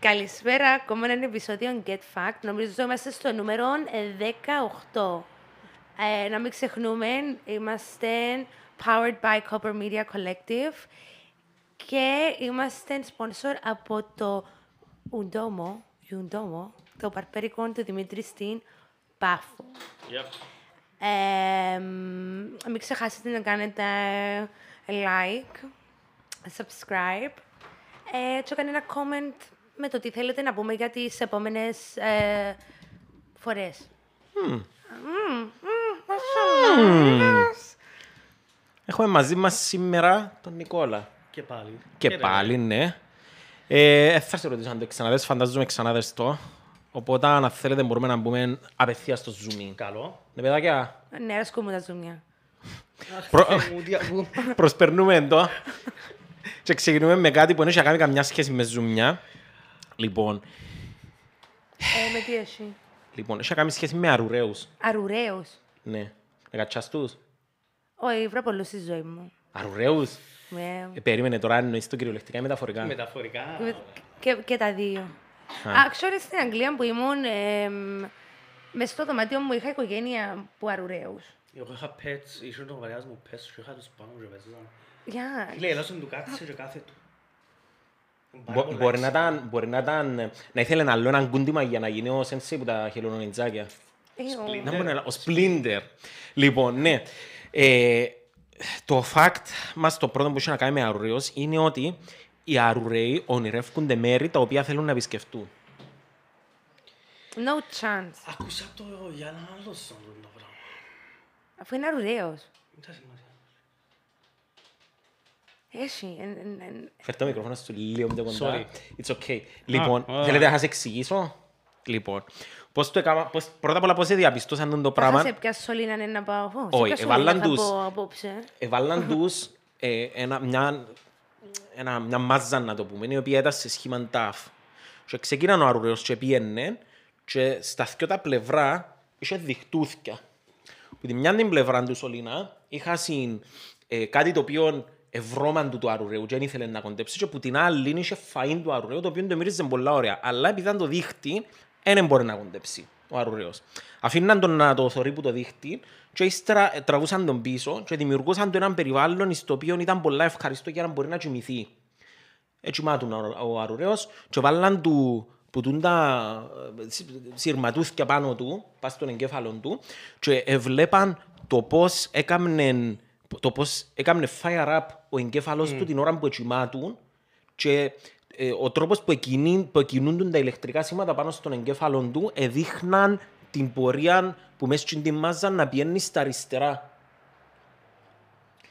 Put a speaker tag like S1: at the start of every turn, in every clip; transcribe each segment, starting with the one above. S1: Καλησπέρα, ακόμα ένα επεισόδιο Get Fact. Νομίζω είμαστε στο νούμερο 18. Ε, να μην ξεχνούμε, είμαστε powered by Copper Media Collective και είμαστε sponsor από το Undomo, Undomo το παρπέρικο του Δημήτρη στην Πάφο.
S2: Yep.
S1: Ε, μ, μην ξεχάσετε να κάνετε like, subscribe ε, και κάνει ένα comment με το τι θέλετε να πούμε για τις επόμενες ε, φορές. Μμμ, μμμ, μασό, μαμάς.
S3: Έχουμε μαζί μας σήμερα τον Νικόλα.
S2: Και πάλι.
S3: Και
S2: ρε,
S3: πάλι, ναι. Ε, θα σε ρωτήσω αν το ξαναδες, φαντάζομαι ξαναδες το. Οπότε, αν θέλετε, μπορούμε να μπούμε απευθείας στο zoom.
S2: Καλό.
S3: Ναι, παιδάκια,
S1: Ναι, ασκούν μου τα ζουμιά.
S3: Προ-
S2: Αχ, μου, τι ακούω.
S3: προσπερνούμε το. και ξεκινούμε με κάτι που δεν έχει να κάνει καμιά σχέση με ζουμιά. Λοιπόν,
S1: Ε, με τι εσύ.
S3: λοιπόν έχει να κάνει σχέση με αρουραίους.
S1: Αρουραίος.
S3: Ναι. Να κατσάς τους.
S1: Όχι, βρω πολλούς στη ζωή μου.
S3: Αρουραίους.
S1: Ναι.
S3: Ε, περίμενε τώρα, εννοείς το κυριολεκτικά ή μεταφορικά.
S2: Μεταφορικά.
S1: Και, και τα δύο.
S3: Α.
S1: Α, ξέρω στην Αγγλία που ήμουν, μες στο δωμάτιο μου είχα οικογένεια που αρουραίους.
S2: Εγώ είχα pets, ήσουν ο βαριάς μου pets και είχα τους πάνω μου και παίζαν.
S1: Γεια.
S2: Φίλε, έλασαν του κάτσε και κάθε του. Πάρα
S3: Μπο-
S2: πολλά
S3: Μπορεί να
S2: έξυπνα.
S3: ήταν, μπορεί να ήταν, ε, να ήθελε άλλο έναν κούντιμα για να γίνει ο Σένσι που τα χελωνονιτζάκια.
S1: Ε, ο-
S2: Ναι.
S3: Να μπορεί να- ο Splinter. Λοιπόν, ναι. Ε, το fact μας το πρώτο που έχει να κάνει με αρουραίους είναι ότι οι αρουραίοι ονειρεύκονται μέρη τα οποία θέλουν να επισκεφτούν.
S1: No chance.
S2: Ακούσα το για ένα άλλο σαν το πράγμα.
S1: Αφού είναι αρουραίος.
S2: Μην τα σημασία.
S1: Έχει. εν- εν- εν-
S3: Φέρτε το μικρόφωνο σου λίγο πιο κοντά. It's okay. Λοιπόν,
S2: ωραία.
S3: θέλετε να σας εξηγήσω. Λοιπόν, πώς το έκανα, πώς, πρώτα απ' όλα πώς διαπιστώσαν το
S1: Θα
S3: πράγμα.
S1: σε πιάσω λίνα ναι, να πάω. Ω, σε
S3: Όχι,
S1: πιάσω
S3: εβάλλαν
S1: λίνα, θα
S3: τους.
S1: πω Απόψε.
S3: εβάλλαν τους ε, ένα, μια, ένα, μια μάζα, να το πούμε, η οποία ήταν σε σχήμα ταφ. Και ξεκίναν ο αρουραίος και πήγαινε και στα δυο τα πλευρά είχε διχτούθκια. Που τη μια την πλευρά τους Σολίνα είχα συν, ε, κάτι το οποίο ευρώμαν του του αρουραίου και δεν ήθελε να κοντέψει και που την άλλη είχε φαΐν του αρουραίου το οποίο το μύριζε πολλά ωραία. Αλλά επειδή ήταν το δίχτυ, δεν μπορεί να κοντέψει ο αρουραίος. Αφήναν τον να το θωρεί που το δίχτυ και ύστερα ε, τραβούσαν τον πίσω και δημιουργούσαν το έναν περιβάλλον στο οποίο ήταν πολλά ευχαριστώ για να μπορεί να κοιμηθεί. Έτσι μάτουν ο- ο αρουραίος και βάλαν του που τούν τα ε, σι- σειρματούθκια πάνω του, πας στον εγκέφαλο του και εβλέπαν το πώς έκαμνε το πώς έκαμνε fire up ο εγκέφαλος του την ώρα που ετσιμάτουν και ε, ο τρόπος που, εκινή, που εκινούντουν τα ηλεκτρικά σήματα πάνω στον εγκέφαλο του εδείχναν την πορεία που μέσα στην τη μάζα να πηγαίνει στα αριστερά.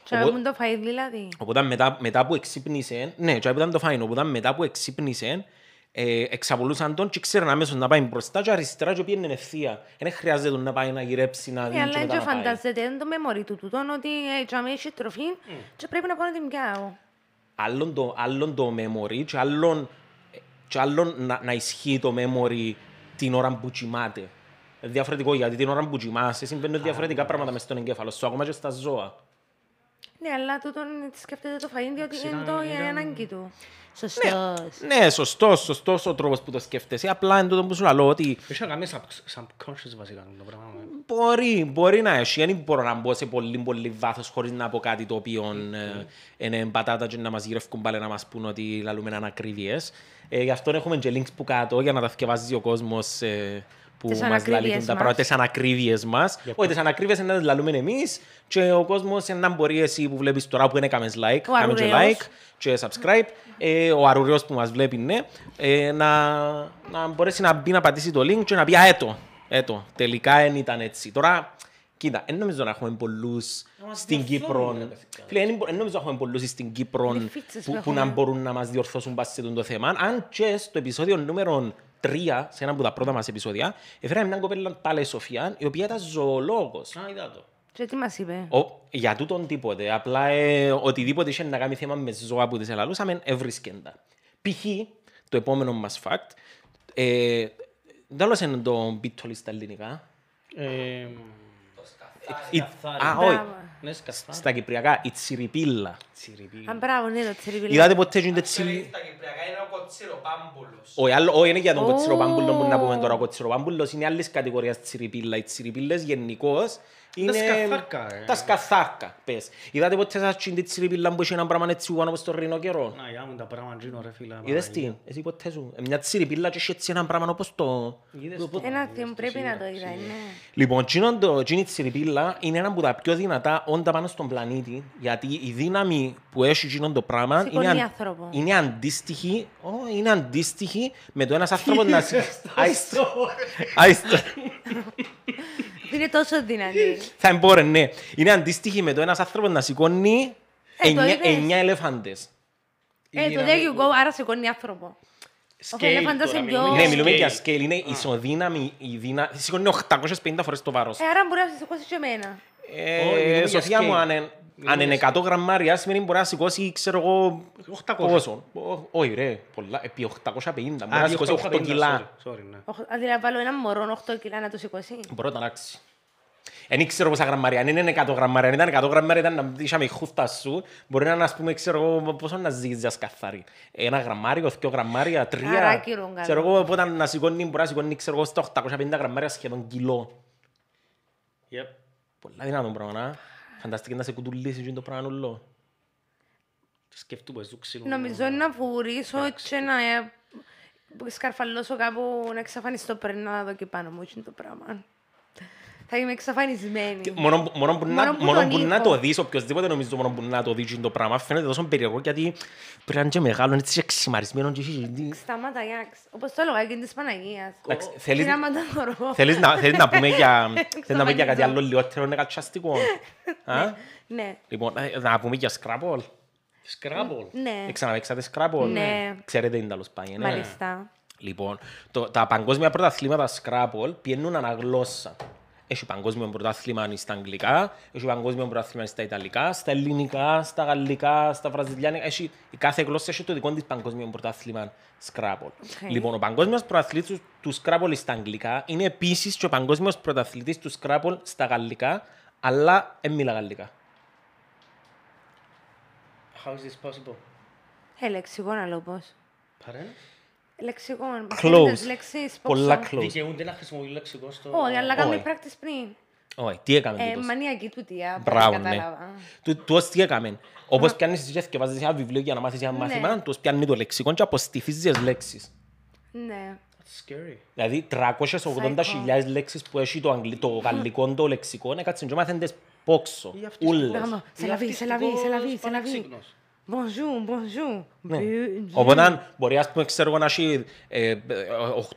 S1: Και
S3: Οπο-
S1: μου το φάει δηλαδή.
S3: Οπότε μετά, μετά που εξύπνησε, ναι, και ήταν το φάινο, οπότε μετά που εξύπνησε, ε, εξαπολούσαν τον και ξέραν αμέσως να πάει μπροστά και αριστερά και πήγαινε ευθεία. Δεν χρειάζεται τον να πάει να γυρέψει, να δει
S1: Ναι,
S3: και
S1: αλλά
S3: μετά
S1: δεν
S3: να πάει.
S1: φαντάζεται, είναι το memory του τούτον ότι έτσι άμα έχει τροφή και πρέπει να πάω να την πιάω.
S3: Άλλον το, άλλον το memory και άλλον, και άλλον να, να ισχύει το memory την ώρα που κοιμάται. Ε, Διαφορετικό γιατί την ώρα που κοιμάσαι συμβαίνουν διαφορετικά πράγματα μες στον εγκέφαλο σου, ακόμα και στα ζώα.
S1: Ναι, αλλά τούτον σκέφτεται το φαΐν διότι είναι
S2: ήταν-
S1: το η
S2: ήταν-
S1: ανάγκη του. Σωστός.
S3: Ναι, σωστός, σωστός ο τρόπος που το σκέφτεσαι. Απλά είναι τούτο που σου λέω ότι
S2: Έχει να κάνει sub- subconscious βασικά το πράγμα. ε.
S3: Μπορεί, μπορεί να έχει. Δεν μπορώ να μπω σε πολύ, πολύ βάθος χωρίς να πω κάτι το οποίο ε, είναι πατάτα και να μας γυρεύουν πάλι να μας πούν ότι λαλούμε ανακρίβειε. Ε, γι' αυτό έχουμε και links που κάτω για να τα θυκευάζει ο κόσμος ε, που
S1: Τις
S3: μας
S1: ανακρίβειες
S3: λαλεί τα
S1: μας.
S3: πράγματα, τι ανακρίβειες μας. Όχι, τις ανακρίβειες είναι να τις λαλούμε εμείς και ο κόσμος να μπορεί εσύ που βλέπεις τώρα που δεν έκαμε like,
S1: Ο
S3: κάμες και
S1: αρουραίος.
S3: like και subscribe. Ε, ο αρουριό που μας βλέπει, ναι, ε, να, να μπορέσει να μπει να πατήσει το link και να πει «Α, έτο. Έτο. Τελικά δεν ήταν έτσι. Τώρα, κοίτα, δεν νομίζω να έχουμε πολλούς στην Κύπρο. Φίλε, δεν μπο- εν νομίζω να έχουμε πολλούς στην Κύπρο
S1: Είναι φίτσες
S3: που,
S1: που
S3: που να
S1: έχουμε.
S3: μπορούν να μας διορθώσουν πάση σε τούτο το θέμα. Αν και στο επεισόδιο νούμερο 3, σε ένα από τα πρώτα μας επεισόδια, έφεραμε μια κοπέλα πάλι Σοφία, η οποία ήταν ζωολόγος.
S2: Α, είδα το.
S1: Και τι μας είπε.
S3: Ο, για τούτον τίποτε. Απλά ε, οτιδήποτε είχε να κάνει θέμα με ζώα που τις ελαλούσαμε, ευρίσκεντα. Π.χ. το επόμενο μας fact. Ε, δεν όλος είναι το μπιτόλι στα ελληνικά. Ε,
S2: Ε,
S3: Η- Α, όχι.
S1: Μπράβο.
S2: Ναι, σκαθάρι.
S3: Στα κυπριακά, η τσιριπίλα.
S2: Τσιριπί.
S1: Α, μπράβο, ναι, το τσιριπίλα.
S3: Είδατε ποτέ γίνεται τσιριπίλα.
S4: Στα Κυπριακά είναι ο κοτσιροπάμπουλος.
S3: Όχι, άλλο- όχι, είναι για τον
S1: Ω.
S3: κοτσιροπάμπουλο που να πούμε τώρα. Ο κοτσιροπάμπουλος είναι άλλης κατηγορίας τσιριπίλα. Οι τσιριπίλες γενικώς είναι...
S2: σκαθάρκα, ε.
S3: Τα σκαθάρκα, πες. Είδατε ποτέ σας τσιν τη τσιριπίλα που είχε ένα πράγμα έτσι πάνω όπως το ρινό καιρό.
S2: Να ε. γάμουν τα πράγματα τζίνο ρε φίλα.
S3: Είδες
S2: Παναγία.
S3: τι, εσύ ποτέ σου. Ε, Μια τσιριπίλα και είχε έτσι ένα πράγμα όπως το...
S2: Είδες
S3: το-
S2: το.
S1: Ένα θύμ πρέπει να το είδα, ναι.
S3: Λοιπόν, τσίνον το τσίνη τσιριπίλα είναι ένα από τα πιο δυνατά όντα πάνω στον πλανήτη, γιατί η δύναμη που έχει τσίνον το πράγμα
S1: Σηκώνει
S3: είναι, αν-
S1: άνθρωπο.
S3: είναι αντίστοιχη, ω, είναι αντίστοιχη με το ένας άνθρωπος να σηκ- Άιστο. Άιστο.
S1: Είναι τόσο δυνατή.
S3: Θα εμπόρε, ναι. Είναι αντίστοιχη με το ένας άνθρωπος να σηκώνει
S1: Ε, το
S3: εννιά-
S1: είδες.
S3: εννιά ελεφάντες.
S1: Ε, το there you go, άρα σηκώνει άνθρωπο. Ο Ελέφαντας είναι πιο...
S3: Ναι, μιλούμε
S2: Scale.
S3: για scale. Είναι ισοδύναμη, η δύναμη. Σηκώνει 850 φορές το βάρος.
S1: Ε, άρα μπορεί να σηκώσει και εμένα.
S3: Ε,
S2: Όχι, μιλούμε για
S3: Σοφία μου,
S2: scale.
S3: αν, εν- αν είναι 100 γραμμάρια, σημαίνει μπορεί να σηκώσει, ξέρω εγώ,
S2: 800.
S3: πόσο. Ω, Όχι ρε, πολλά. Επί 850. Μπορεί
S2: Α,
S3: να
S2: δύο
S3: σηκώσει 8
S2: 850,
S3: κιλά.
S2: sorry, sorry, ναι.
S1: Οχ- Αντί να βάλω ένα μωρό 8 κιλά να το σηκώσει.
S3: Μπορώ να τα αλλάξει. Δεν ξέρω πόσα γραμμάρια, αν είναι 100 γραμμάρια, αν ήταν 100 γραμμάρια, ήταν να είχαμε η χούφτα σου, μπορεί να είναι, ας πούμε, ξέρω εγώ, πόσο να ζήσεις για σκαθάρι. Ένα γραμμάριο, δύο γραμμάρια, τρία.
S1: Αράκι, ρούγκα.
S3: Ξέρω εγώ, πότε να σηκώνει, μπορεί να σηκώνει, ξέρω εγώ, στα 850 γραμμάρια σχεδόν κιλό.
S2: Yep.
S3: Πολλά δυνατόν πράγμα, να. Φανταστείτε να σε κουτουλήσει τζιν το πράγμα όλο.
S2: Σκεφτούμε, ζου ξύλο. ναι.
S1: Νομίζω να βουρήσω και να ε, σκαρφαλώσω κάπου να εξαφανιστώ πριν να δω και πάνω μου. έτσι είναι το πράγμα. Θα είμαι εξαφανισμένη.
S3: Μόνο, μόνο, που, να,
S1: Μόνο που
S3: μόνο
S1: τον
S3: που να
S1: ήχο.
S3: το δεις, οποιοςδήποτε νομίζω μόνο που να το δεις τζιν το πράγμα, φαίνεται τόσο περίεργο γιατί πρέπει να είναι και μεγάλο, έτσι και ξημαρισμένο και έχει-
S1: Σταμάτα, Γιάξ. Όπως το λογάκι της Παναγίας.
S3: Εντάξει,
S1: Θέλεις...
S3: θέλεις-
S1: Γράμματα θωρώ.
S3: Θέλεις να, θέλεις να πούμε για, θέλεις να πούμε για κάτι
S1: Εξαφανίζω.
S3: άλλο λιγότερο νεκατσιαστικό. Α?
S1: Ναι.
S3: Λοιπόν, ε, να πούμε για Scrabble.
S2: Scrabble.
S1: Ναι.
S3: Ε, Ξαναπαίξατε Scrabble.
S1: Ναι.
S3: Ξέρετε είναι τέλος πάει. ναι.
S1: Μάλιστα.
S3: Λοιπόν, το, τα παγκόσμια πρωταθλήματα Scrabble πιένουν αναγλώσσα. Έχει παγκόσμιο πρωτάθλημα στα αγγλικά, έχει παγκόσμιο πρωτάθλημα στα ιταλικά, στα ελληνικά, στα γαλλικά, στα βραζιλιάνικα. Έχει, η κάθε γλώσσα έχει το δικό της παγκόσμιο πρωτάθλημα Scrabble.
S1: Οκ.
S3: Λοιπόν, ο παγκόσμιος πρωταθλητής του Scrabble στα αγγλικά είναι επίσης και ο παγκόσμιος πρωταθλητής του Scrabble στα γαλλικά, αλλά δεν μιλά γαλλικά.
S2: How is this possible?
S1: Ε, λεξικόν άλλο πώς.
S2: Παρέ.
S1: Λεξικόν.
S3: Close.
S1: Τις λέξεις, πόξω.
S3: Πολλά close.
S2: Δικαιούνται να χρησιμοποιούν λεξικό στο...
S1: Όχι, αλλά κάνουμε
S3: Όχι.
S1: practice πριν.
S3: Όχι, τι έκαμε
S1: Ε,
S3: τούτος.
S1: μανιακή του τι, α,
S3: Μπράβο,
S1: δεν
S3: ναι.
S1: κατάλαβα.
S3: Του ως τι έκαμε. Όπως πιάνεις εσύ και βάζεις ένα βιβλίο για να μάθεις ένα μάθημα, τους πιάνει το λεξικό και αποστηθίζεις τις λέξεις.
S1: Ναι.
S2: That's scary.
S3: Δηλαδή 380.000 λέξεις που έχει το, αγγλι... το γαλλικό το λεξικό, να κάτσουν και μάθουν τις πόξο,
S2: Ή αυτιστικό-
S3: ούλες.
S1: Γάμο, σε λαβή, σε λαβή, σε λαβή, σε λαβή.
S2: Πανεξύπνος.
S1: Bonjour, bonjour. Bonjour.
S3: Ναι. Οπότε μπορεί ας πούμε, ξέρω εγώ, να έχει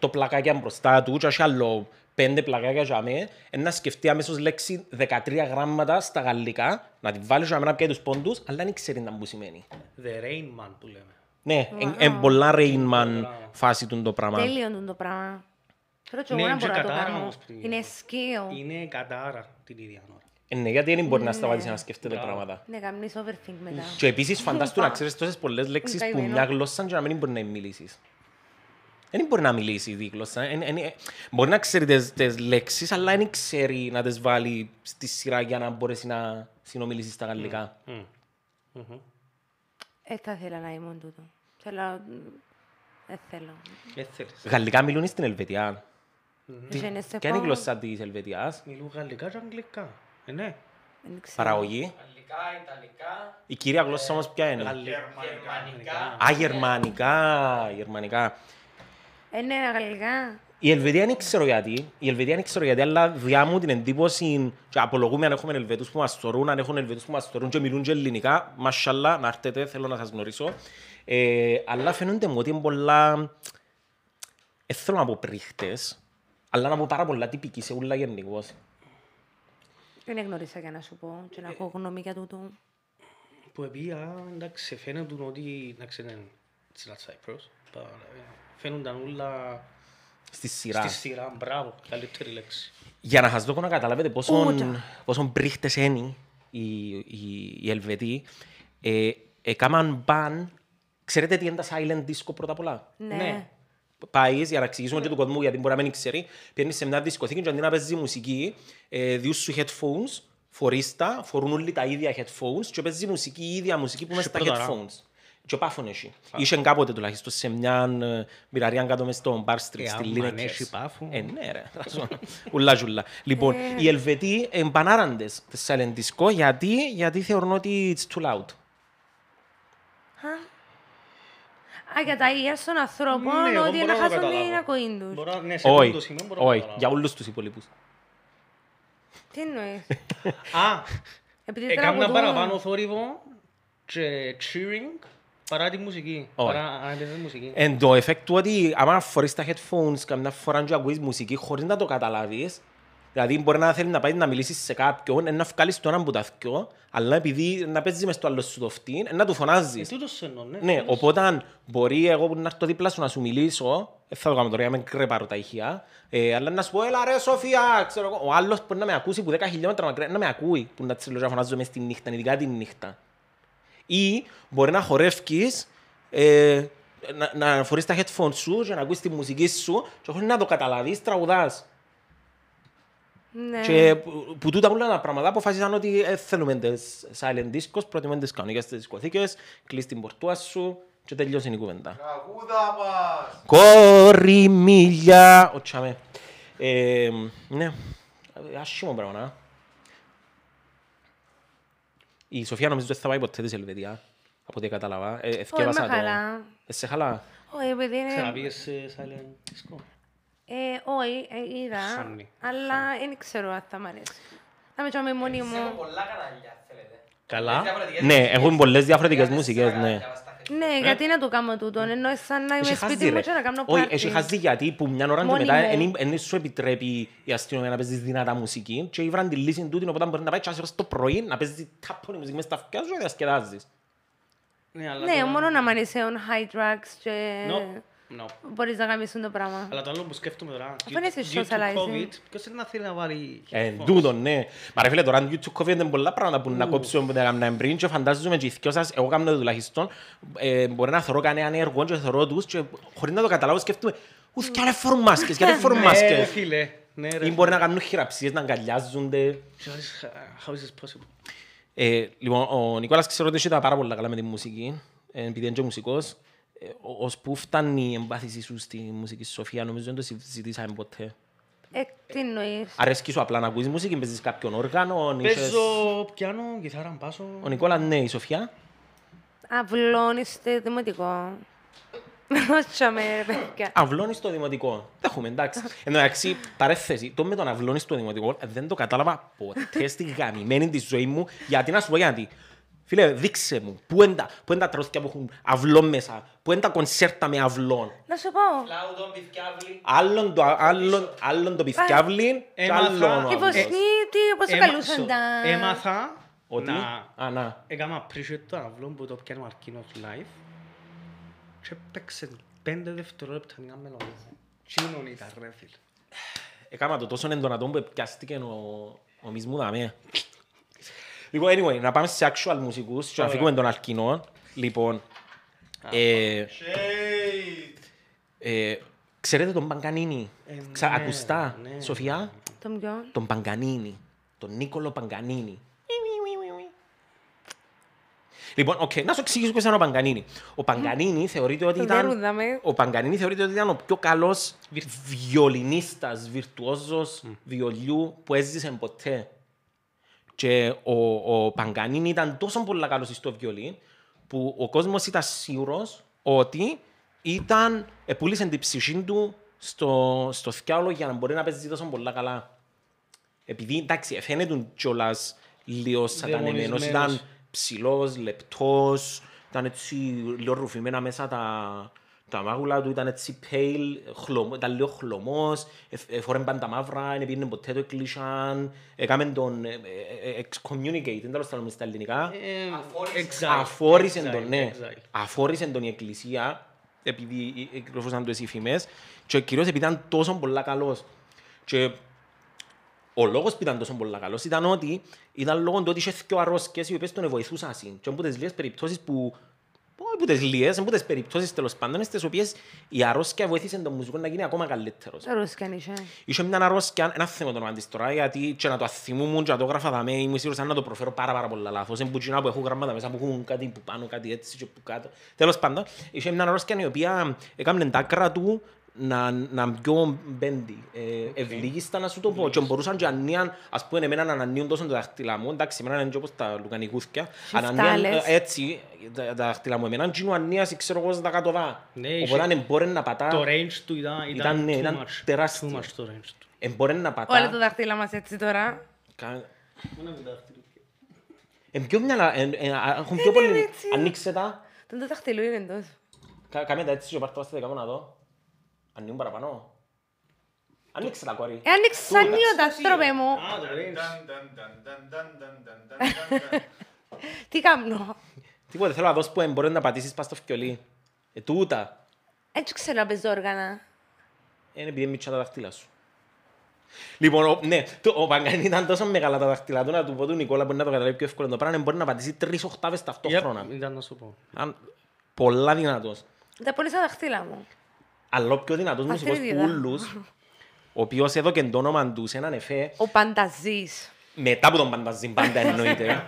S3: 8 πλακάκια μπροστά του και έχει άλλο 5 πλακάκια για μέ, ε, να σκεφτεί αμέσως λέξη 13 γράμματα στα γαλλικά, να τη βάλει για μένα πια τους πόντους, αλλά δεν ξέρει να που σημαίνει.
S2: The Rain Man που λέμε.
S3: Ναι, είναι πολλά Rainman φάση του το πράγμα.
S1: Τέλειο είναι το πράγμα. Θέλω και εγώ
S2: Ναι,
S1: να
S2: και
S1: μπορώ να το
S2: κατάρας
S1: κάνω.
S2: όμως πριν.
S1: Είναι skill.
S2: Είναι κατάρα την ίδια ώρα.
S3: Ε, Ναι, γιατί δεν μπορεί να σταματήσει να σκέφτεται πράγματα.
S1: Ναι, κάνεις overthink μετά.
S3: Και επίσης φαντάστου να ξέρεις τόσες πολλές λέξεις που
S1: Καημένο.
S3: μια γλώσσα και να μην μπορεί να μιλήσεις. Δεν μπορεί να μιλήσει η γλώσσα. Εν- εν- ε, Μπορεί να ξέρει τις, τις λέξεις, αλλά δεν ξέρει να τις βάλει στη σειρά για να μπορέσει να συνομιλήσεις στα γαλλικά.
S1: Ε, θα ήθελα να ήμουν τούτο. Θέλω... Δεν θέλω.
S2: Δεν θέλεις.
S3: Γαλλικά μιλούν στην Ελβετία.
S1: Je ne sais
S3: Ποια είναι η
S1: pas.
S3: γλώσσα της Ελβετίας.
S2: Μιλούν γαλλικά και αγγλικά. Ε, ναι.
S1: Δεν ξέρω.
S3: Παραγωγή.
S4: Γαλλικά, Ιταλικά,
S3: Η κυρία γλώσσας όμως ποια είναι.
S4: Γερμανικά.
S3: Α, γερμανικά. Γερμανικά.
S1: Ε, ναι, γαλλικά.
S3: Η Ελβετία δεν ξέρω γιατί. Η Ελβετία δεν ξέρω γιατί, αλλά διά μου την εντύπωση. Και απολογούμε αν έχουμε Ελβετούς που μας θωρούν, αν έχουν Ελβετούς που μας θωρούν και μιλούν και ελληνικά. Μασχαλά, να έρθετε, θέλω να σας γνωρίσω. Ε, αλλά φαίνονται μου ότι είναι πολλά. Δεν θέλω να πω πρίχτες, αλλά να πω πάρα πολλά τυπική σε ούλα γενικώς.
S1: Δεν γνωρίσα για να σου πω και
S2: Ε,
S1: να έχω γνώμη για τούτο.
S2: Που επία, εντάξει, φαίνεται ότι, εντάξει, δεν it's not Cyprus, but, ε, φαίνονταν όλα
S3: Στη σειρά.
S2: στη σειρά, μπράβο, καλύτερη λέξη.
S3: Για να σας δω να καταλάβετε πόσο,
S1: Ούτα.
S3: πόσο πρίχτες είναι οι, οι, οι Ελβετοί, ε, έκαναν μπαν. Ξέρετε τι είναι τα silent disco πρώτα απ' όλα.
S1: Ναι.
S3: Πάει για να εξηγήσουμε και του κόσμου γιατί μπορεί να μην ξέρει. Παίρνει σε μια δισκοθήκη και αντί να παίζει μουσική, ε, διούς σου headphones, φορείς τα, φορούν όλοι τα ίδια headphones και παίζει μουσική, η ίδια μουσική που μέσα στα
S2: Σουπρόταρα.
S3: headphones. Και πάφον έχει. Είχε κάποτε τουλάχιστον σε μια ε, μοιραριά κάτω μες στο Bar Street,
S2: Ε,
S3: στη
S2: άμα
S3: Λίνεκες.
S2: αν έχει πάφον.
S3: Ε, ναι ρε. Ουλά ζουλά. Λοιπόν, οι Ελβετοί εμπανάραντες τη silent disco γιατί, γιατί θεωρούν ότι it's too loud.
S1: Α, για τα υγεία των
S2: Ναι,
S1: ανθρώπων,
S2: εγώ
S1: ότι
S2: μπορώ
S1: να
S2: το
S1: χάσουν
S2: καταλάβω.
S1: την ακοή τους.
S2: Μπορώ, ναι, σε
S3: Όχι,
S2: τούτο σημείο μπορώ να
S3: όχι,
S2: καταλάβω.
S3: για όλους τους υπολείπους.
S1: Τι εννοείς.
S2: Α,
S1: Επειδή
S2: έκανα
S1: τραγουδούν.
S2: Ε, παραπάνω θόρυβο και cheering παρά τη μουσική.
S3: Όχι.
S2: Παρά αν έπαιζε μουσική.
S3: Εν το effect του ότι άμα φορείς τα headphones καμιά φορά και ακούεις μουσική χωρίς να το καταλάβεις, δηλαδή μπορεί να θέλει να πάει να μιλήσεις σε κάποιον, ε, να βγάλεις το έναν που τα δυο, αλλά επειδή να παίζεις μες στο άλλο σου το φτύν, ε, να του
S2: Ε,
S3: φωνάζεις.
S2: τούτο σε εννοώ, ναι.
S3: Ναι, οπότε μπορεί εγώ που να έρθω δίπλα σου να σου μιλήσω, ε, θα το κάνω τώρα, για να μην κρεπάρω τα ηχεία, ε, αλλά να σου πω, έλα ρε Σοφία, ξέρω εγώ, ο άλλος μπορεί να με ακούσει που 10 χιλιόμετρα μακριά, να με ακούει που να τσιλωζά φωνάζω μες τη νύχτα, ειδικά τη νύχτα. Ή μπορεί να χορεύεις, ε, να, να φορείς τα headphones σου και να ακούεις τη μουσική σου και χωρίς να το καταλάβεις, τραγουδάς.
S1: Ναι.
S3: Και που, που τούτα όλα τα πράγματα αποφάσισαν ότι ε, θέλουμε τις silent discos, προτιμούμε τις κανονικές τις δισκοθήκες, κλείς την πορτούα σου και τελειώσει η κουβέντα.
S5: Τραγούδα μας!
S3: Κόρη μιλιά. Ο τσάμε. Ε, ναι. Άσχημο πράγμα. ε. να. Η Σοφία νομίζω ότι θα πάει ποτέ της Ελβετία. Από ό,τι κατάλαβα. Ε, ευκεύασα
S1: με
S3: το.
S1: χαλά.
S3: Ε, σε χαλά.
S1: Όχι, επειδή είναι...
S2: Ξαναπήγες σε silent disco.
S1: ε, Όχι, ε, είδα,
S2: Χάνει.
S1: αλλά δεν ξέρω αν θα μ' αρέσει. Θα με τσάμε
S2: Ε,
S1: μόνη
S4: Ξέρω
S1: μου.
S4: πολλά κανάλια, θέλετε.
S2: Καλά.
S4: Διαφορετικές
S3: Ναι,
S4: μουσικές.
S3: έχουν πολλές διαφορετικές
S4: Τριάντα,
S3: μουσικές,
S4: τέσσερα
S3: ναι.
S4: κανάλια, βαστά χέρια.
S2: Ε,
S1: Ναι, γιατί να το κάνω τούτο, ενώ σαν να
S3: Έχει
S1: είμαι
S3: χαζί
S1: σπίτι μου
S3: ρε.
S1: και να κάνω
S3: Όχι,
S1: πάρτι.
S3: έχει χαζί γιατί που μια ώρα και
S1: Μόνη
S3: μετά
S1: μου.
S3: εν σου επιτρέπει η αστυνομία να παίζεις δυνατά μουσική και ήβραν τη λύση τούτη οπότε μπορεί να πάει τσάσι το πρωί να παίζεις τάπονη μουσική μες στα αυτιά σου και να διασκεδάζεις.
S2: Ναι, αλλά
S1: Ναι,
S2: τώρα-
S1: μόνο να μ' αρέσουν high tracks και
S2: No, no.
S1: μπορείς να κάνεις το πράγμα.
S2: Αλλά το άλλο που σκέφτομαι τώρα,
S1: Αφού
S2: due-
S1: είναι σε
S2: due to
S1: socializing.
S2: COVID, ποιος είναι να θέλει να βάλει
S3: Εν
S2: headphones.
S3: τούτο, ναι. Μα ρε φίλε, τώρα αν YouTube κόβει είναι πολλά πράγματα που να κόψουν που τα έκαναν πριν και φαντάζομαι και οι θκυο σας, εγώ κάνω το τουλάχιστον, ε, μπορεί να θωρώ κανέναν έργο και θωρώ τους και χωρίς να το καταλάβω σκέφτομαι, ουθ, κι άλλα φορούν μάσκες, γιατί φορούν
S2: Ναι, ρε
S3: μάσκες.
S2: φίλε. Ναι, ρε.
S3: Ή μπορεί να κάνουν χειραψίες, να αγκαλιάζονται.
S2: Just, uh, How is this possible?
S3: Ε, λοιπόν, ο Νικόλας ξέρω ότι έχει τα πάρα πολλά καλά με τη μουσική, ε, επειδή είναι και μουσικός. Ε, ο- ως που φτάνει η εμπάθησή σου στη μουσική Σοφία, νομίζω δεν το συζητήσαμε ποτέ.
S1: Ε, τι εννοείς.
S3: Αρέσκει σου απλά να ακούεις μουσική, παίζεις κάποιον όργανο, είχες-
S2: Παίζω πιάνο, κιθάρα, μπάσο.
S3: Ο Νικόλας, ναι, η Σοφία.
S1: Αυλώνεστε δημοτικό. Όσο με ρε παιδιά.
S3: Αυλώνει στο δημοτικό. Τα έχουμε, εντάξει. Εν τω μεταξύ, παρέθεση, το με τον αυλώνει στο δημοτικό δεν το κατάλαβα ποτέ στη γαμημένη τη ζωή μου. Γιατί να σου πω γιατί. Φίλε, δείξε μου, πού είναι τα, πού είναι τα τρόθηκια που έχουν αυλό μέσα, πού είναι τα κονσέρτα με αυλόν.
S1: Να σου πω.
S4: Λάουδον, πιθκιάβλη.
S3: Άλλον το, άλλον, άλλον το πιθκιάβλιν και
S2: Έμαθα-
S3: άλλον ο
S1: Η
S3: αυλός.
S1: Βοσνή, τι, πώς το
S2: Έμα-
S1: καλούσαν
S2: so,
S1: τα...
S2: Ε, Έμαθα
S3: Ότι,
S2: να
S3: α, να.
S2: έκανα appreciate το αυλό που το πιάνω αρκίνο live και έπαιξε πέντε δευτερόλεπτα μια μελωδία. Τσίνον ήταν ρε φίλε.
S3: Έκανα Ε, το τόσο εντονατόν που πιάστηκε ο, ο μισμού δαμέ. λοιπόν, anyway, να πάμε σε actual μουσικούς και να
S2: Ωραία.
S3: φύγουμε τον αρκινό. Λοιπόν, ε,
S5: Shade!
S3: ε, ξέρετε τον Παγκανίνη,
S2: Ε,
S3: Ξα,
S2: ναι,
S3: ακουστά,
S2: ναι.
S3: Σοφιά,
S1: Τον ποιον.
S3: τον Παγκανίνη, τον Νίκολο Παγκανίνη. Λοιπόν, οκ, να σου εξηγήσω ποιος ήταν ο Παγκανίνη. Ο Παγκανίνη θεωρείται ότι
S1: Τον
S3: ήταν...
S1: δέρουδαμε.
S3: Ο Παγκανίνη θεωρείται ότι ήταν ο πιο καλός βιολινίστας, βιρτουόζος βιολιού που έζησε ποτέ. Και ο, ο Παγκανίνη ήταν τόσο πολύ καλός στο βιολί που ο κόσμος ήταν σίγουρος ότι ήταν, επούλησε την ψυχή του στο, στο θκιάολο για να μπορεί να παίζει τόσο πολύ καλά. Επειδή εντάξει, φαίνεται κιόλας λίγο σατανεμένος,
S2: Δαιμονισμένος.
S3: ήταν ψηλός, λεπτός, ήταν έτσι λίγο ρουφημένα μέσα τα, τα μάγουλα του, ήταν έτσι pale, χλωμό, ήταν λίγο χλωμός, εφ- εφόρεν πάντα μαύρα, δεν πήγαινε ποτέ το εκκλήσαν, έκαμε τον ε, ε, ε, excommunicate, δεν τα λέμε στα ελληνικά.
S2: Ε,
S4: Αφόρησε.
S2: exile,
S3: Αφόρησε
S2: exile,
S3: τον, ναι.
S2: exile.
S3: Αφόρησε τον η εκκλησία, επειδή ε, ε, κυκλοφορούσαν τους οι φήμες, και κυρίως επειδή ήταν τόσο πολλά καλός. Και ο λόγος που ήταν τόσο πολλά καλός ήταν ότι ήταν λόγω του ότι είχε δυο αρρώσκες οι οποίες τον βοηθούσαν. Και όπου τις λίγες περιπτώσεις που Όχι από τις λίες, από τις περιπτώσεις τέλος πάντων, στις οποίες η αρρώσκια βοήθησε τον μουσικό να γίνει ακόμα καλύτερος.
S1: Ρούσκαν είσαι.
S3: Είχε μια αρρώσκια, ένα θέμα το όνομα της τώρα, γιατί και να το αθυμούμουν και να το γράφα δαμέ, είμαι σίγουρος αν να το προφέρω πάρα πάρα πολλά λάθος. Είναι πουτσινά που έχουν γραμμάτα μέσα, που έχουν κάτι που πάνω, κάτι έτσι και που κάτω. Τέλος πάντων, είχε μια αρρώσκια η οποία έκανε τα άκρα του να, να πιο μπέντη, ε, ευλίγιστα να σου το πω. Και μπορούσαν και ανίαν, ας πούμε εμένα να ανανύουν τόσο τα δάχτυλα μου, εντάξει, εμένα είναι και όπως τα λουκανικούθκια,
S1: Χιφτάλες.
S3: ανανύαν ε, έτσι τα, τα δάχτυλα μου. Εμένα τσινού ανίασε, ξέρω εγώ, στα κάτω-δά.
S2: Ναι,
S3: Οπότε
S2: είχε-
S3: αν μπορεί να πατά...
S2: Το range του ήταν,
S3: Ήταν,
S2: ήταν,
S3: ναι,
S2: too
S3: ήταν
S2: much.
S3: τεράστιο.
S2: Too much το range του.
S3: Εμπόρε να πατά.
S1: Όλα τα δάχτυλα μας έτσι τώρα.
S3: Κα- Εν πιο μυαλά, εν- εν- α- έχουν πιο πολύ...
S1: Ε, ναι, έτσι.
S3: Ανοίξε τα,
S1: Τον το δάχτυλο είναι εντός.
S3: κα- κάμε τα έτσι και πάρτε βάστε τα κάπου να δω. Ανοίγουν παραπάνω. Ανοίξε τα κόρη.
S1: Ε, άνοιξε σαν νύο τα στροπέ μου.
S2: Α, το range.
S1: Τι κάνω.
S3: Τίποτε, θέλω να δω που μπορεί να πατήσεις πας στο φκιολί. Ε, τούτα. Ε,
S1: Έτσι ξέρω να παίζω όργανα.
S3: Είναι επειδή είναι μητσά τα δαχτύλα σου. Λοιπόν, ο, ναι, το, ο Παγκανή ήταν τόσο μεγάλα τα δαχτυλά του να του πω του Νικόλα μπορεί να το καταλάβει πιο εύκολα το πράγμα. Μπορεί να πατήσει τρεις οχτάβες ταυτόχρονα.
S2: Yep, Ήταν να σου πω.
S3: Αν, πολλά δυνατός.
S1: Τα πολύ σαν δαχτύλα μου.
S3: αλλά ο πιο δυνατός μουσικός του
S1: Αθλητικά.
S3: ούλους, ο οποίος έδωκε το όνομα του σε έναν εφέ,
S1: Ο Πανταζής.
S3: μετά από τον Πανταζή, πάντα εννοείται.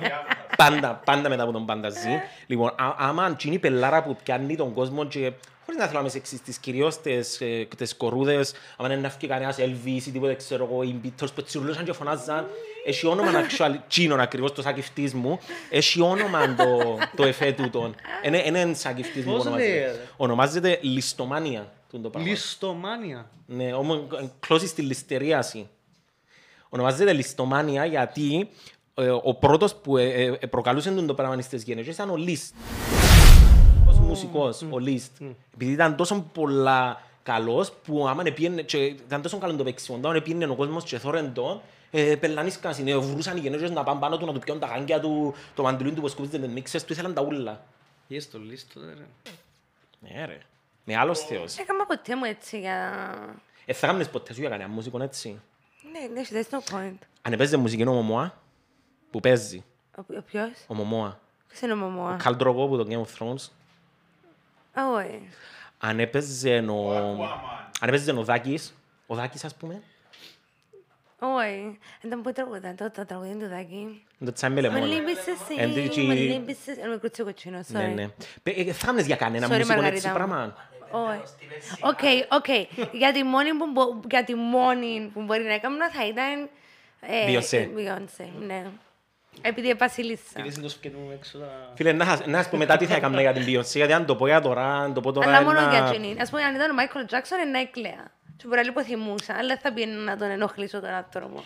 S3: πάντα, πάντα μετά από τον Πανταζή. λοιπόν, α, άμα αν τσινή πελάρα που πιάνει τον κόσμο και χωρίς να θέλω να είμαι σεξιστής, κυρίως τις, ε, τις κορούδες, άμα είναι να φύγει κανένας Elvis ή τίποτε, ξέρω εγώ, οι Beatles που τσιρουλούσαν και φωνάζαν, έχει όνομα actual, τσίνον ακριβώς, το σακιφτής μου, έχει όνομα το, το εφέ τούτον. Είναι, είναι σακιφτής μου που
S2: Πώς λέει,
S3: ονομάζεται.
S2: ρε?
S3: Ονομάζεται λιστομάνια. τούτο πράγμα.
S2: Λιστομάνια.
S3: Ναι, όμως κλώσει τη ληστερίαση. Ονομάζεται ληστομάνια γιατί ε, ο πρώτος που ε, ε, ε, προκαλούσε τον το πράγμα στις γενναίες ήταν ο Λίστ. Ως μουσικός, ο Λίστ. Επειδή ήταν τόσο πολλά καλός που άμα πήγαινε, και ήταν τόσο καλό το παίξιμο, όταν πήγαινε ο κόσμος και θόρεν τον, ε, πελανίσκαν συνέχεια, βρούσαν οι γενναίες να πάνε πάνω του, να του πιάνουν τα γάγκια του, το μαντουλίν του που σκούπιζε τις μίξες του, ήθελαν τα ούλα.
S2: Είσαι το λίστο, ρε.
S3: Ναι ρε, με άλλος θεός.
S1: Έκανα Ε, ποτέ μου έτσι για...
S3: Ε, θα κάνεις ποτέ σου για κανένα μουσικό έτσι.
S1: Ναι, ναι, that's no point.
S3: Αν παίζει μουσική ο Μωμόα, που παίζει
S1: Ο, ο ποιος?
S3: ο Μωμόα,
S1: Ποιος είναι ο Μωμόα.
S3: Καλτρογό που το Game of Thrones,
S1: Α, όχι.
S3: αν έπαιζε ο...
S5: Aquaman.
S3: Αν έπαιζε ο Δάκης, ο Δάκης ας πούμε,
S1: Όχι. Δεν ήταν που τραγουδά το, το τραγουδί του Δάκη.
S3: είναι το τσάμπελε
S1: Με
S3: μόνο.
S1: λύπησες εσύ,
S3: Εν τύχει-
S1: με λύπησες... Είμαι κruτσί κοτσίνο,
S3: Ναι,
S1: sorry.
S3: ναι. Πε- ε, Θα κάνεις για κανένα
S1: Sorry,
S3: μουσικό
S1: Μαργαρίτα
S3: έτσι
S1: μου.
S3: πράγμα.
S1: Όχι. Οκ, οκ. Για τη μόνη που, μπο- για τη μόνη που μπορεί να έκανα θα ήταν... ε,
S3: Beyoncé.
S1: η Beyoncé, ναι. Επειδή επασίλισσα.
S2: Είδες να το σκεφτούμε έξω τα...
S3: Φίλε, να σας- να σας πω μετά τι θα έκανα για την Beyoncé, γιατί αν το πω για τώρα, αν το πω τώρα...
S1: Αλλά μόνο
S3: ένα-
S1: για Τζενίν. Ας πούμε, αν ήταν ο Μάικλ Τζάξον, είναι έκλαια. Του μπορεί να λίγο θυμούσα, αλλά θα πει να τον ενοχλήσω τον άνθρωπο.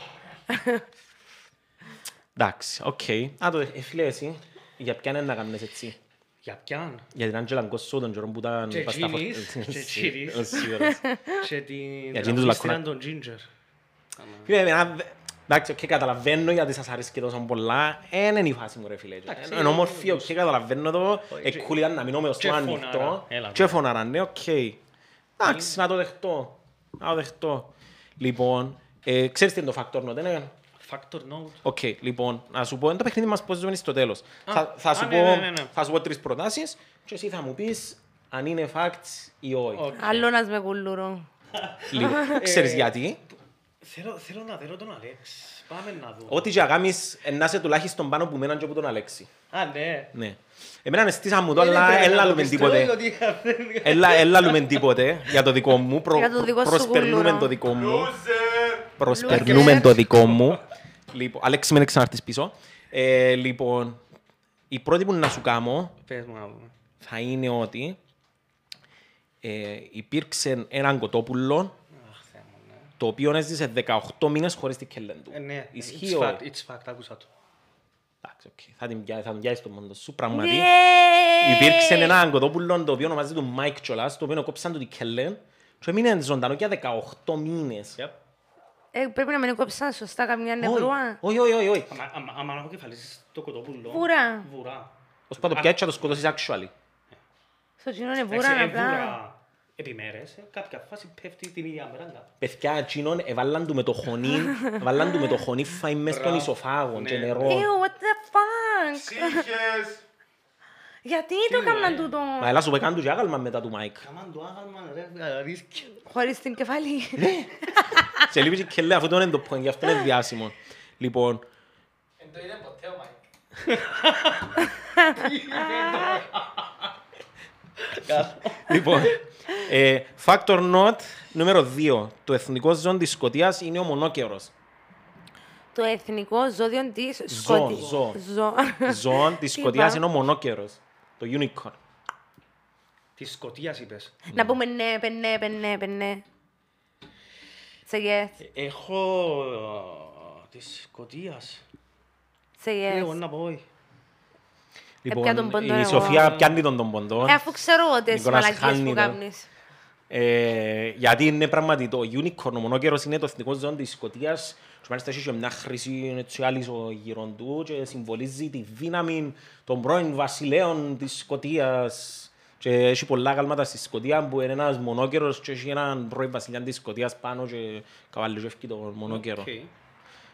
S3: Εντάξει, οκ. Α, το ε, φίλε εσύ, για ποιαν είναι να κάνεις έτσι.
S2: Για ποιαν.
S3: Για την Άντζελα Γκοσσό, τον καιρό που ήταν...
S2: Και
S3: πας στα φορ-
S2: Τζίνις, και
S3: Ε,
S2: Τζίνις.
S3: ε, σίγουρος.
S2: Και την
S3: Για Ginger
S2: τραγουδίστρια
S3: Lacuna.
S2: τον Ginger.
S3: Φίλε, εμένα δε- Εντάξει, και καταλαβαίνω γιατί σας αρέσει και τόσο πολλά. Ε, Εν είναι η φάση μου ρε φίλε. Είναι όμορφιο και καταλαβαίνω το.
S2: και-
S3: Εκκούλη ήταν να μείνω
S2: και
S3: με οστό
S2: φωνάρα.
S3: ανοιχτό.
S2: Έλα,
S3: Και φωνάρα, ναι, οκ. Εντάξει, να το δεχτώ. Να το δεχτώ. Λοιπόν, ε, ξέρεις τι είναι το factor not, είναι.
S2: Factor note.
S3: Οκ, λοιπόν, να σου πω, είναι το παιχνίδι μας πώς ζούμε στο τέλος. Θα, θα,
S2: α,
S3: σου
S2: ναι,
S3: πω,
S2: ναι, ναι, ναι.
S3: θα σου πω τρεις προτάσεις και εσύ θα μου πεις αν είναι facts ή όχι.
S2: Οκ. Ε,
S1: Άλλο να με κουλούρω.
S3: Λοιπόν, ξέρεις γιατί.
S2: Θέλω, θέλω να δέρω τον Αλέξ. Πάμε να δούμε.
S3: Ό,τι και αγάμεις, ε, να είσαι τουλάχιστον πάνω που μέναν και από τον Αλέξη.
S2: Α, ναι.
S3: Ναι. Εμένα αναισθήσα μου το,
S2: Δεν
S3: αλλά
S2: πρέπει να
S3: έλαλουμε
S2: το
S3: τίποτε.
S2: πιστεύω ότι είχα-
S3: Έλα- Έλαλουμε τίποτε για το δικό μου. Προ-
S1: Για το δικό σου
S3: Προσπερνούμε
S1: κουλούρα.
S3: το δικό μου.
S5: Loser.
S3: Προσπερνούμε
S1: Loser.
S3: το δικό μου. Λοιπόν, Αλέξη, μην ξαναρθείς πίσω. Ε, Λοιπόν, η πρώτη που να σου κάνω
S2: Πες μου να δούμε.
S3: θα είναι ότι ε, υπήρξε έναν κοτόπουλο
S2: Αχ, Θεέ μου, ναι.
S3: το οποίο έζησε 18 μήνες χωρίς την κελέν του.
S2: Ε, Ναι,
S3: Ισχύει
S2: it's
S3: όχι.
S2: fact, it's fact, άκουσα το.
S3: Εντάξει, οκ. Θα την πιά- θα τον πιάσεις το μόνο σου, πραγματικά.
S1: Ναι, Yay!
S3: Υπήρξε ένα κοτόπουλο το οποίο ονομάζεται του Μάικ Τσολάς, το οποίο κόψαν του την Κελέν και έμεινε ζωντανό για 18 μήνες.
S1: Ε, πρέπει να με κόψαν σωστά καμιά
S3: Όχι,
S1: νευρούα.
S3: Όχι, όχι, όχι, όχι.
S2: Αμα- αμα- Άμα να αποκεφαλίσεις το κοτόπουλο.
S1: Βουρά.
S2: Βουρά.
S3: Ως πάνω το πιάτσι θα το σκοτώσεις actually.
S1: Στο κοινό είναι
S2: Εντάξει,
S1: βουρά
S2: ε,
S1: απλά.
S2: βουρά. Επιμέρες, ε, κάποια φάση πέφτει την ίδια μέρα κάτω.
S3: Παιδιά εκείνον έβαλαν του με το χωνί, έβαλαν του με το χωνί φάει μες στον
S2: Μπράβο.
S1: Ε,
S3: ισοφάγο και
S2: Ναι.
S1: Ew,
S3: νερό.
S1: what the fuck.
S5: Ψύχες.
S1: Γιατί το έκαναν τούτο
S3: Μα έλα σου πέκαν του και άγαλμα μετά του Μάικ.
S2: Κάμαν το άγαλμα ρε, ρίσκι.
S1: χωρίς την κεφαλή.
S3: Σε λείπει και λέει αυτό είναι το point, γι' αυτό είναι διάσημο. Λοιπόν,
S4: Εν το είδε ποτέ ο Μάικ.
S3: λοιπόν, ε, fact or not, νούμερο 2. Το εθνικό ζώο της Σκωτίας είναι ο μονόκερος.
S1: το εθνικό ζώδιο της
S3: Ζώο,
S1: Σκοτίας.
S3: ζώο. Ζώο της
S1: Τι είπα?
S3: Σκωτίας
S1: Ε,
S3: είναι ο μονόκερος. Το unicorn.
S2: Της Σκοτίας είπες.
S1: Να πούμε ναι, πεν, ναι, πεν, ναι, πεν, ναι. Σε yes,
S2: Έχω... ε, Της Σκοτίας.
S1: σε
S2: Ε, Εγώ
S1: yes.
S2: να πω όχι.
S1: Έπια τον ποντό
S3: Λοιπόν, η
S1: εγώ.
S3: Σοφία πιάνει τον τον ποντό.
S1: Ε, αφού ξέρω ότι εσύ
S3: Νικόλας
S1: μαλακίες
S3: χάνει
S1: που
S3: το.
S1: κάνεις.
S3: Ε, γιατί είναι πραγματι το unicorn, ο μονόκερος είναι το εθνικό ζώο της Σκωτίας και μάλιστα έχει και μια χρυσή έτσι, άλυζο γύρω του και συμβολίζει τη δύναμη των πρώην βασιλέων της Σκωτίας και έχει πολλά γάλματα στη Σκωτία που είναι ένας μονόκερος και έχει έναν πρώην βασιλιά της Σκωτίας πάνω και καβαλιζεύει τον μονόκερο.
S2: Οκ.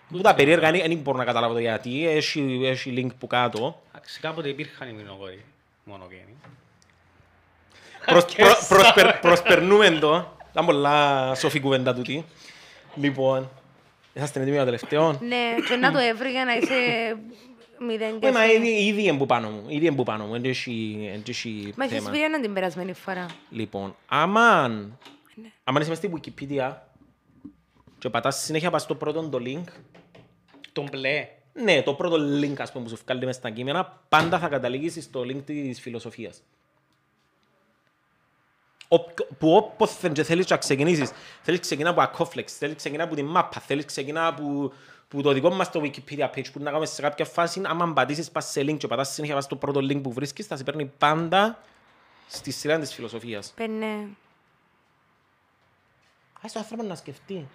S3: Που τα περίεργα είναι, δεν μπορώ να καταλάβω το γιατί, έχει, έχει link που κάτω.
S2: Εντάξει, κάποτε υπήρχαν οι μηνογόροι. Μόνο γέννη.
S3: Προσ- προ- προσπερ- Προσπερνούμε το. Ήταν πολλά σοφή κουβέντα τούτη. Λοιπόν, είσαστε έτοιμοι για το τελευταίο.
S1: Ναι, και να το έβρει για να είσαι μηδέν και
S3: Ναι, μα
S1: εσύ.
S3: ήδη ήδη είναι που πάνω μου. Ήδη είναι που πάνω μου. Δεν έχει- δεν έχει
S1: Μα έχεις
S3: θέμα.
S1: βρει έναν την περασμένη φορά.
S3: Λοιπόν, αμάν. Αμάν είσαι μες στη Wikipedia και πατάς συνέχεια πας στο πρώτο το link.
S2: Τον μπλε.
S3: Ναι, το πρώτο link ας πούμε, που σου βγάλει μες στα κείμενα πάντα θα καταλήγεις στο link της φιλοσοφίας. Όποιο- που όποτε και θέλεις να ξεκινήσεις. Θέλεις ξεκινά από ακόφλεξ, θέλεις ξεκινά από τη μάπα, θέλεις ξεκινά από, που το δικό μας το Wikipedia page που να κάνουμε σε κάποια φάση, άμα πατήσεις πας σε link και πατάς συνέχεια πας στο πρώτο link που βρίσκεις, θα σε παίρνει πάντα στη σειρά της φιλοσοφίας.
S1: Πεν, ναι.
S3: Ας το άνθρωπος να σκεφτεί.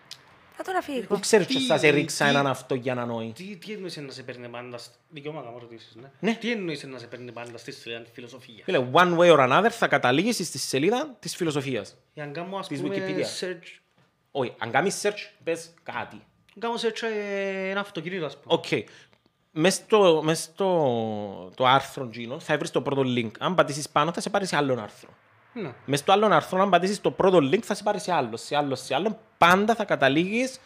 S1: Θα τον αφήγω.
S3: Πού ξέρεις και θα σε
S2: Τι-
S3: ρίξα
S2: τι-
S3: έναν αυτό για να νοεί.
S2: Τι, τι εννοείς να σε παίρνει πάντα... σ- Δικαιώμα να μου ρωτήσεις, ναι.
S3: Ναι.
S2: Τι εννοείς να σε παίρνει πάντα στη σειρά τη φιλοσοφία.
S3: Φίλε, one way or another θα καταλήγεις στη σελίδα της φιλοσοφίας.
S2: Για να κάνω ας
S3: Της
S2: πούμε
S3: Wikipedia.
S2: search...
S3: Όχι, αν κάνεις search, πες κάτι.
S2: να Κάνω search ε, ένα αυτοκίνητο ας πούμε.
S3: Οκ. Μες στο, μες στο το άρθρο Gino θα βρεις το πρώτο link. Αν πατήσεις πάνω θα σε πάρει σε άλλο άρθρο.
S2: Ναι.
S3: Μες στο άλλο άρθρο, αν πατήσεις το πρώτο link θα σε πάρει σε άλλο, σε άλλο, σε άλλο. Πάντα θα καταλήγεις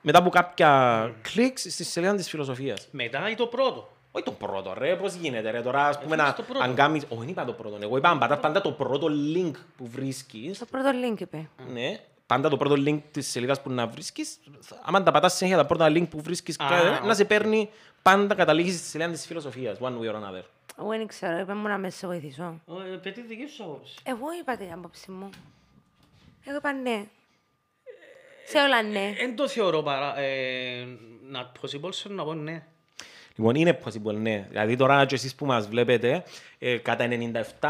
S3: μετά από
S2: Mm.
S3: κάποια κλικ στη σελίδα της φιλοσοφίας.
S2: Μετά ή το πρώτο.
S3: Όχι το πρώτο, ρε, πώς γίνεται, ρε, τώρα ας πούμε
S2: Έφυγες
S3: να...
S2: Ε, το πρώτο.
S3: Αν κάνεις... Όχι, δεν είπα το πρώτο, ναι, εγώ είπα αν πατάς πάντα το πρώτο link που βρίσκεις,
S1: Το πρώτο link είπε.
S3: ναι, πάντα το πρώτο link της σελίδας που να βρίσκεις. Άμα τα πατάς συνέχεια τα πρώτα link που βρίσκεις,
S2: Α,
S3: να σε παίρνει πάντα καταλήγεις στη σελίδα της φιλοσοφίας. One way or another.
S1: Εγώ δεν ξέρω, είπε μου να με σε βοηθήσω.
S2: Πετή Ε, δική σου άποψη.
S1: Εγώ είπα την άποψη μου. Εγώ είπα ναι. Σε όλα ναι.
S2: Εν το θεωρώ παρά... ε, να possible σου να πω ναι.
S3: Λοιπόν, είναι possible, ναι. Δηλαδή τώρα και εσείς που μας βλέπετε, ε, κατά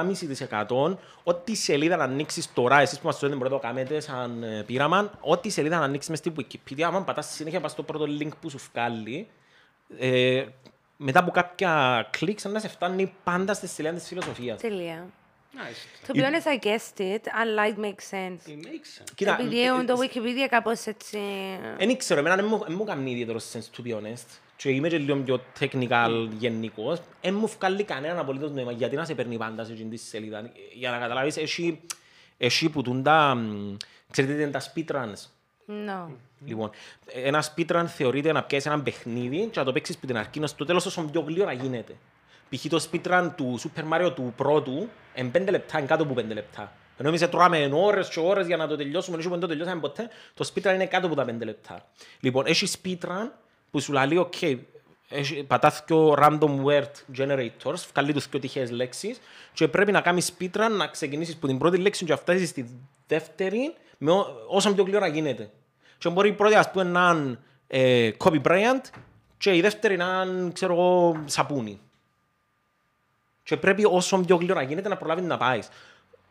S3: 97,5% ό,τι σελίδα να ανοίξεις τώρα, εσείς που μας το λέτε μπορείτε να το κάνετε σαν ε, πείραμα, ό,τι σελίδα να ανοίξεις μες στη Wikipedia, άμα πατάς συνέχεια πας στο πρώτο link που σου βγάλει, ε, μετά από κάποια κλικ, σαν να σε φτάνει πάντα στη σελίδα της φιλοσοφίας.
S1: Τελεία.
S2: Nice.
S1: To be honest, I guessed it, αλλά it makes sense.
S2: It makes sense.
S3: Κοίτα,
S1: Επειδή
S3: ε,
S1: έχουν το
S3: ε,
S1: Wikipedia κάπως έτσι...
S3: Δεν Ε, ξέρω, εμένα δεν μου- δεν μου κάνει ιδιαίτερο sense, to be honest. Και είμαι και λίγο πιο technical γενικός. Δεν μου βγάλει κανέναν απολύτως νόημα. Γιατί να σε παίρνει πάντα σε εκείνη τη σελίδα. Ε, Για να καταλάβεις, έχει, έχει που τούν τα... μ, Ξέρετε τι είναι τα speedruns.
S1: No.
S3: Λοιπόν, ε, ένας speedrun θεωρείται να πιάσει ένα παιχνίδι και να το παίξεις που την αρκεί στο τέλος όσο πιο γλύωρα γίνεται. Π.χ. το speedrun του Super Mario του πρώτου εν 5 λεπτά, εν κάτω από 5 λεπτά. Ενώ εμείς τρώμε ώρες και ώρες για να το τελειώσουμε, ενώ δεν το τελειώσαμε ποτέ, το speedrun είναι κάτω από τα 5 λεπτά. Λοιπόν, έχει speedrun που σου λέει, OK, έχει- πατάς δυο random word generators, βγάλει τους δυο τυχαίες λέξεις και πρέπει να κάνεις speedrun να ξεκινήσεις που την πρώτη λέξη και να φτάσεις στη δεύτερη με ό, όσο πιο γλυόρα γίνεται. Και μπορεί η πρώτη ας πούμε να είναι ε, Kobe Bryant και η δεύτερη να είναι ξέρω εγώ σαπούνι. Και πρέπει όσο πιο γλυόρα γίνεται να προλάβει να πάει.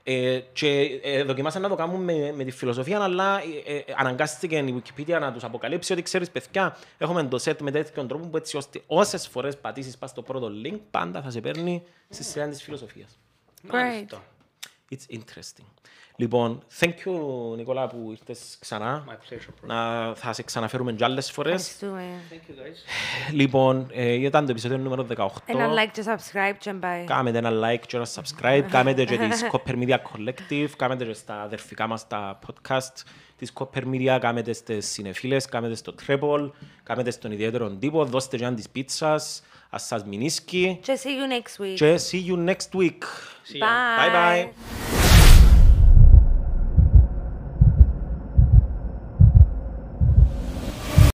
S3: Ε, και ε, δοκιμάσαν να το κάνουν με, με τη φιλοσοφία, αλλά ε, ε, αναγκάστηκε η Wikipedia να τους αποκαλύψει ότι ξέρεις παιδιά, έχουμε το set με τέτοιον τρόπο που έτσι ώστε όσες φορές πατήσεις πας στο πρώτο link, πάντα θα σε παίρνει στη σειρά της φιλοσοφίας.
S1: Great.
S2: Μάλιστα.
S3: It's interesting. Λοιπόν, thank you, Νικόλα, που ήρθες ξανά.
S2: My pleasure, bro.
S3: Να θα σε ξαναφέρουμε κι άλλες φορές.
S1: Ευχαριστούμε.
S2: Thank you, guys.
S3: Λοιπόν, ε, ήταν το επεισόδιο νούμερο 18.
S1: Ένα like και subscribe και bye.
S3: Κάμετε ένα like και ένα subscribe. Κάμετε και της Copper Media Collective. Κάμετε και στα αδερφικά μας τα podcast της Copper Media. Κάμετε στις συνεφίλες. Κάμετε στο Treble. Κάμετε στον ιδιαίτερο τύπο. Δώστε και αν της πίτσας. Ας σας μηνίσκει.
S1: Και see you next week.
S3: Και see you next week.
S1: Bye.
S3: Bye bye.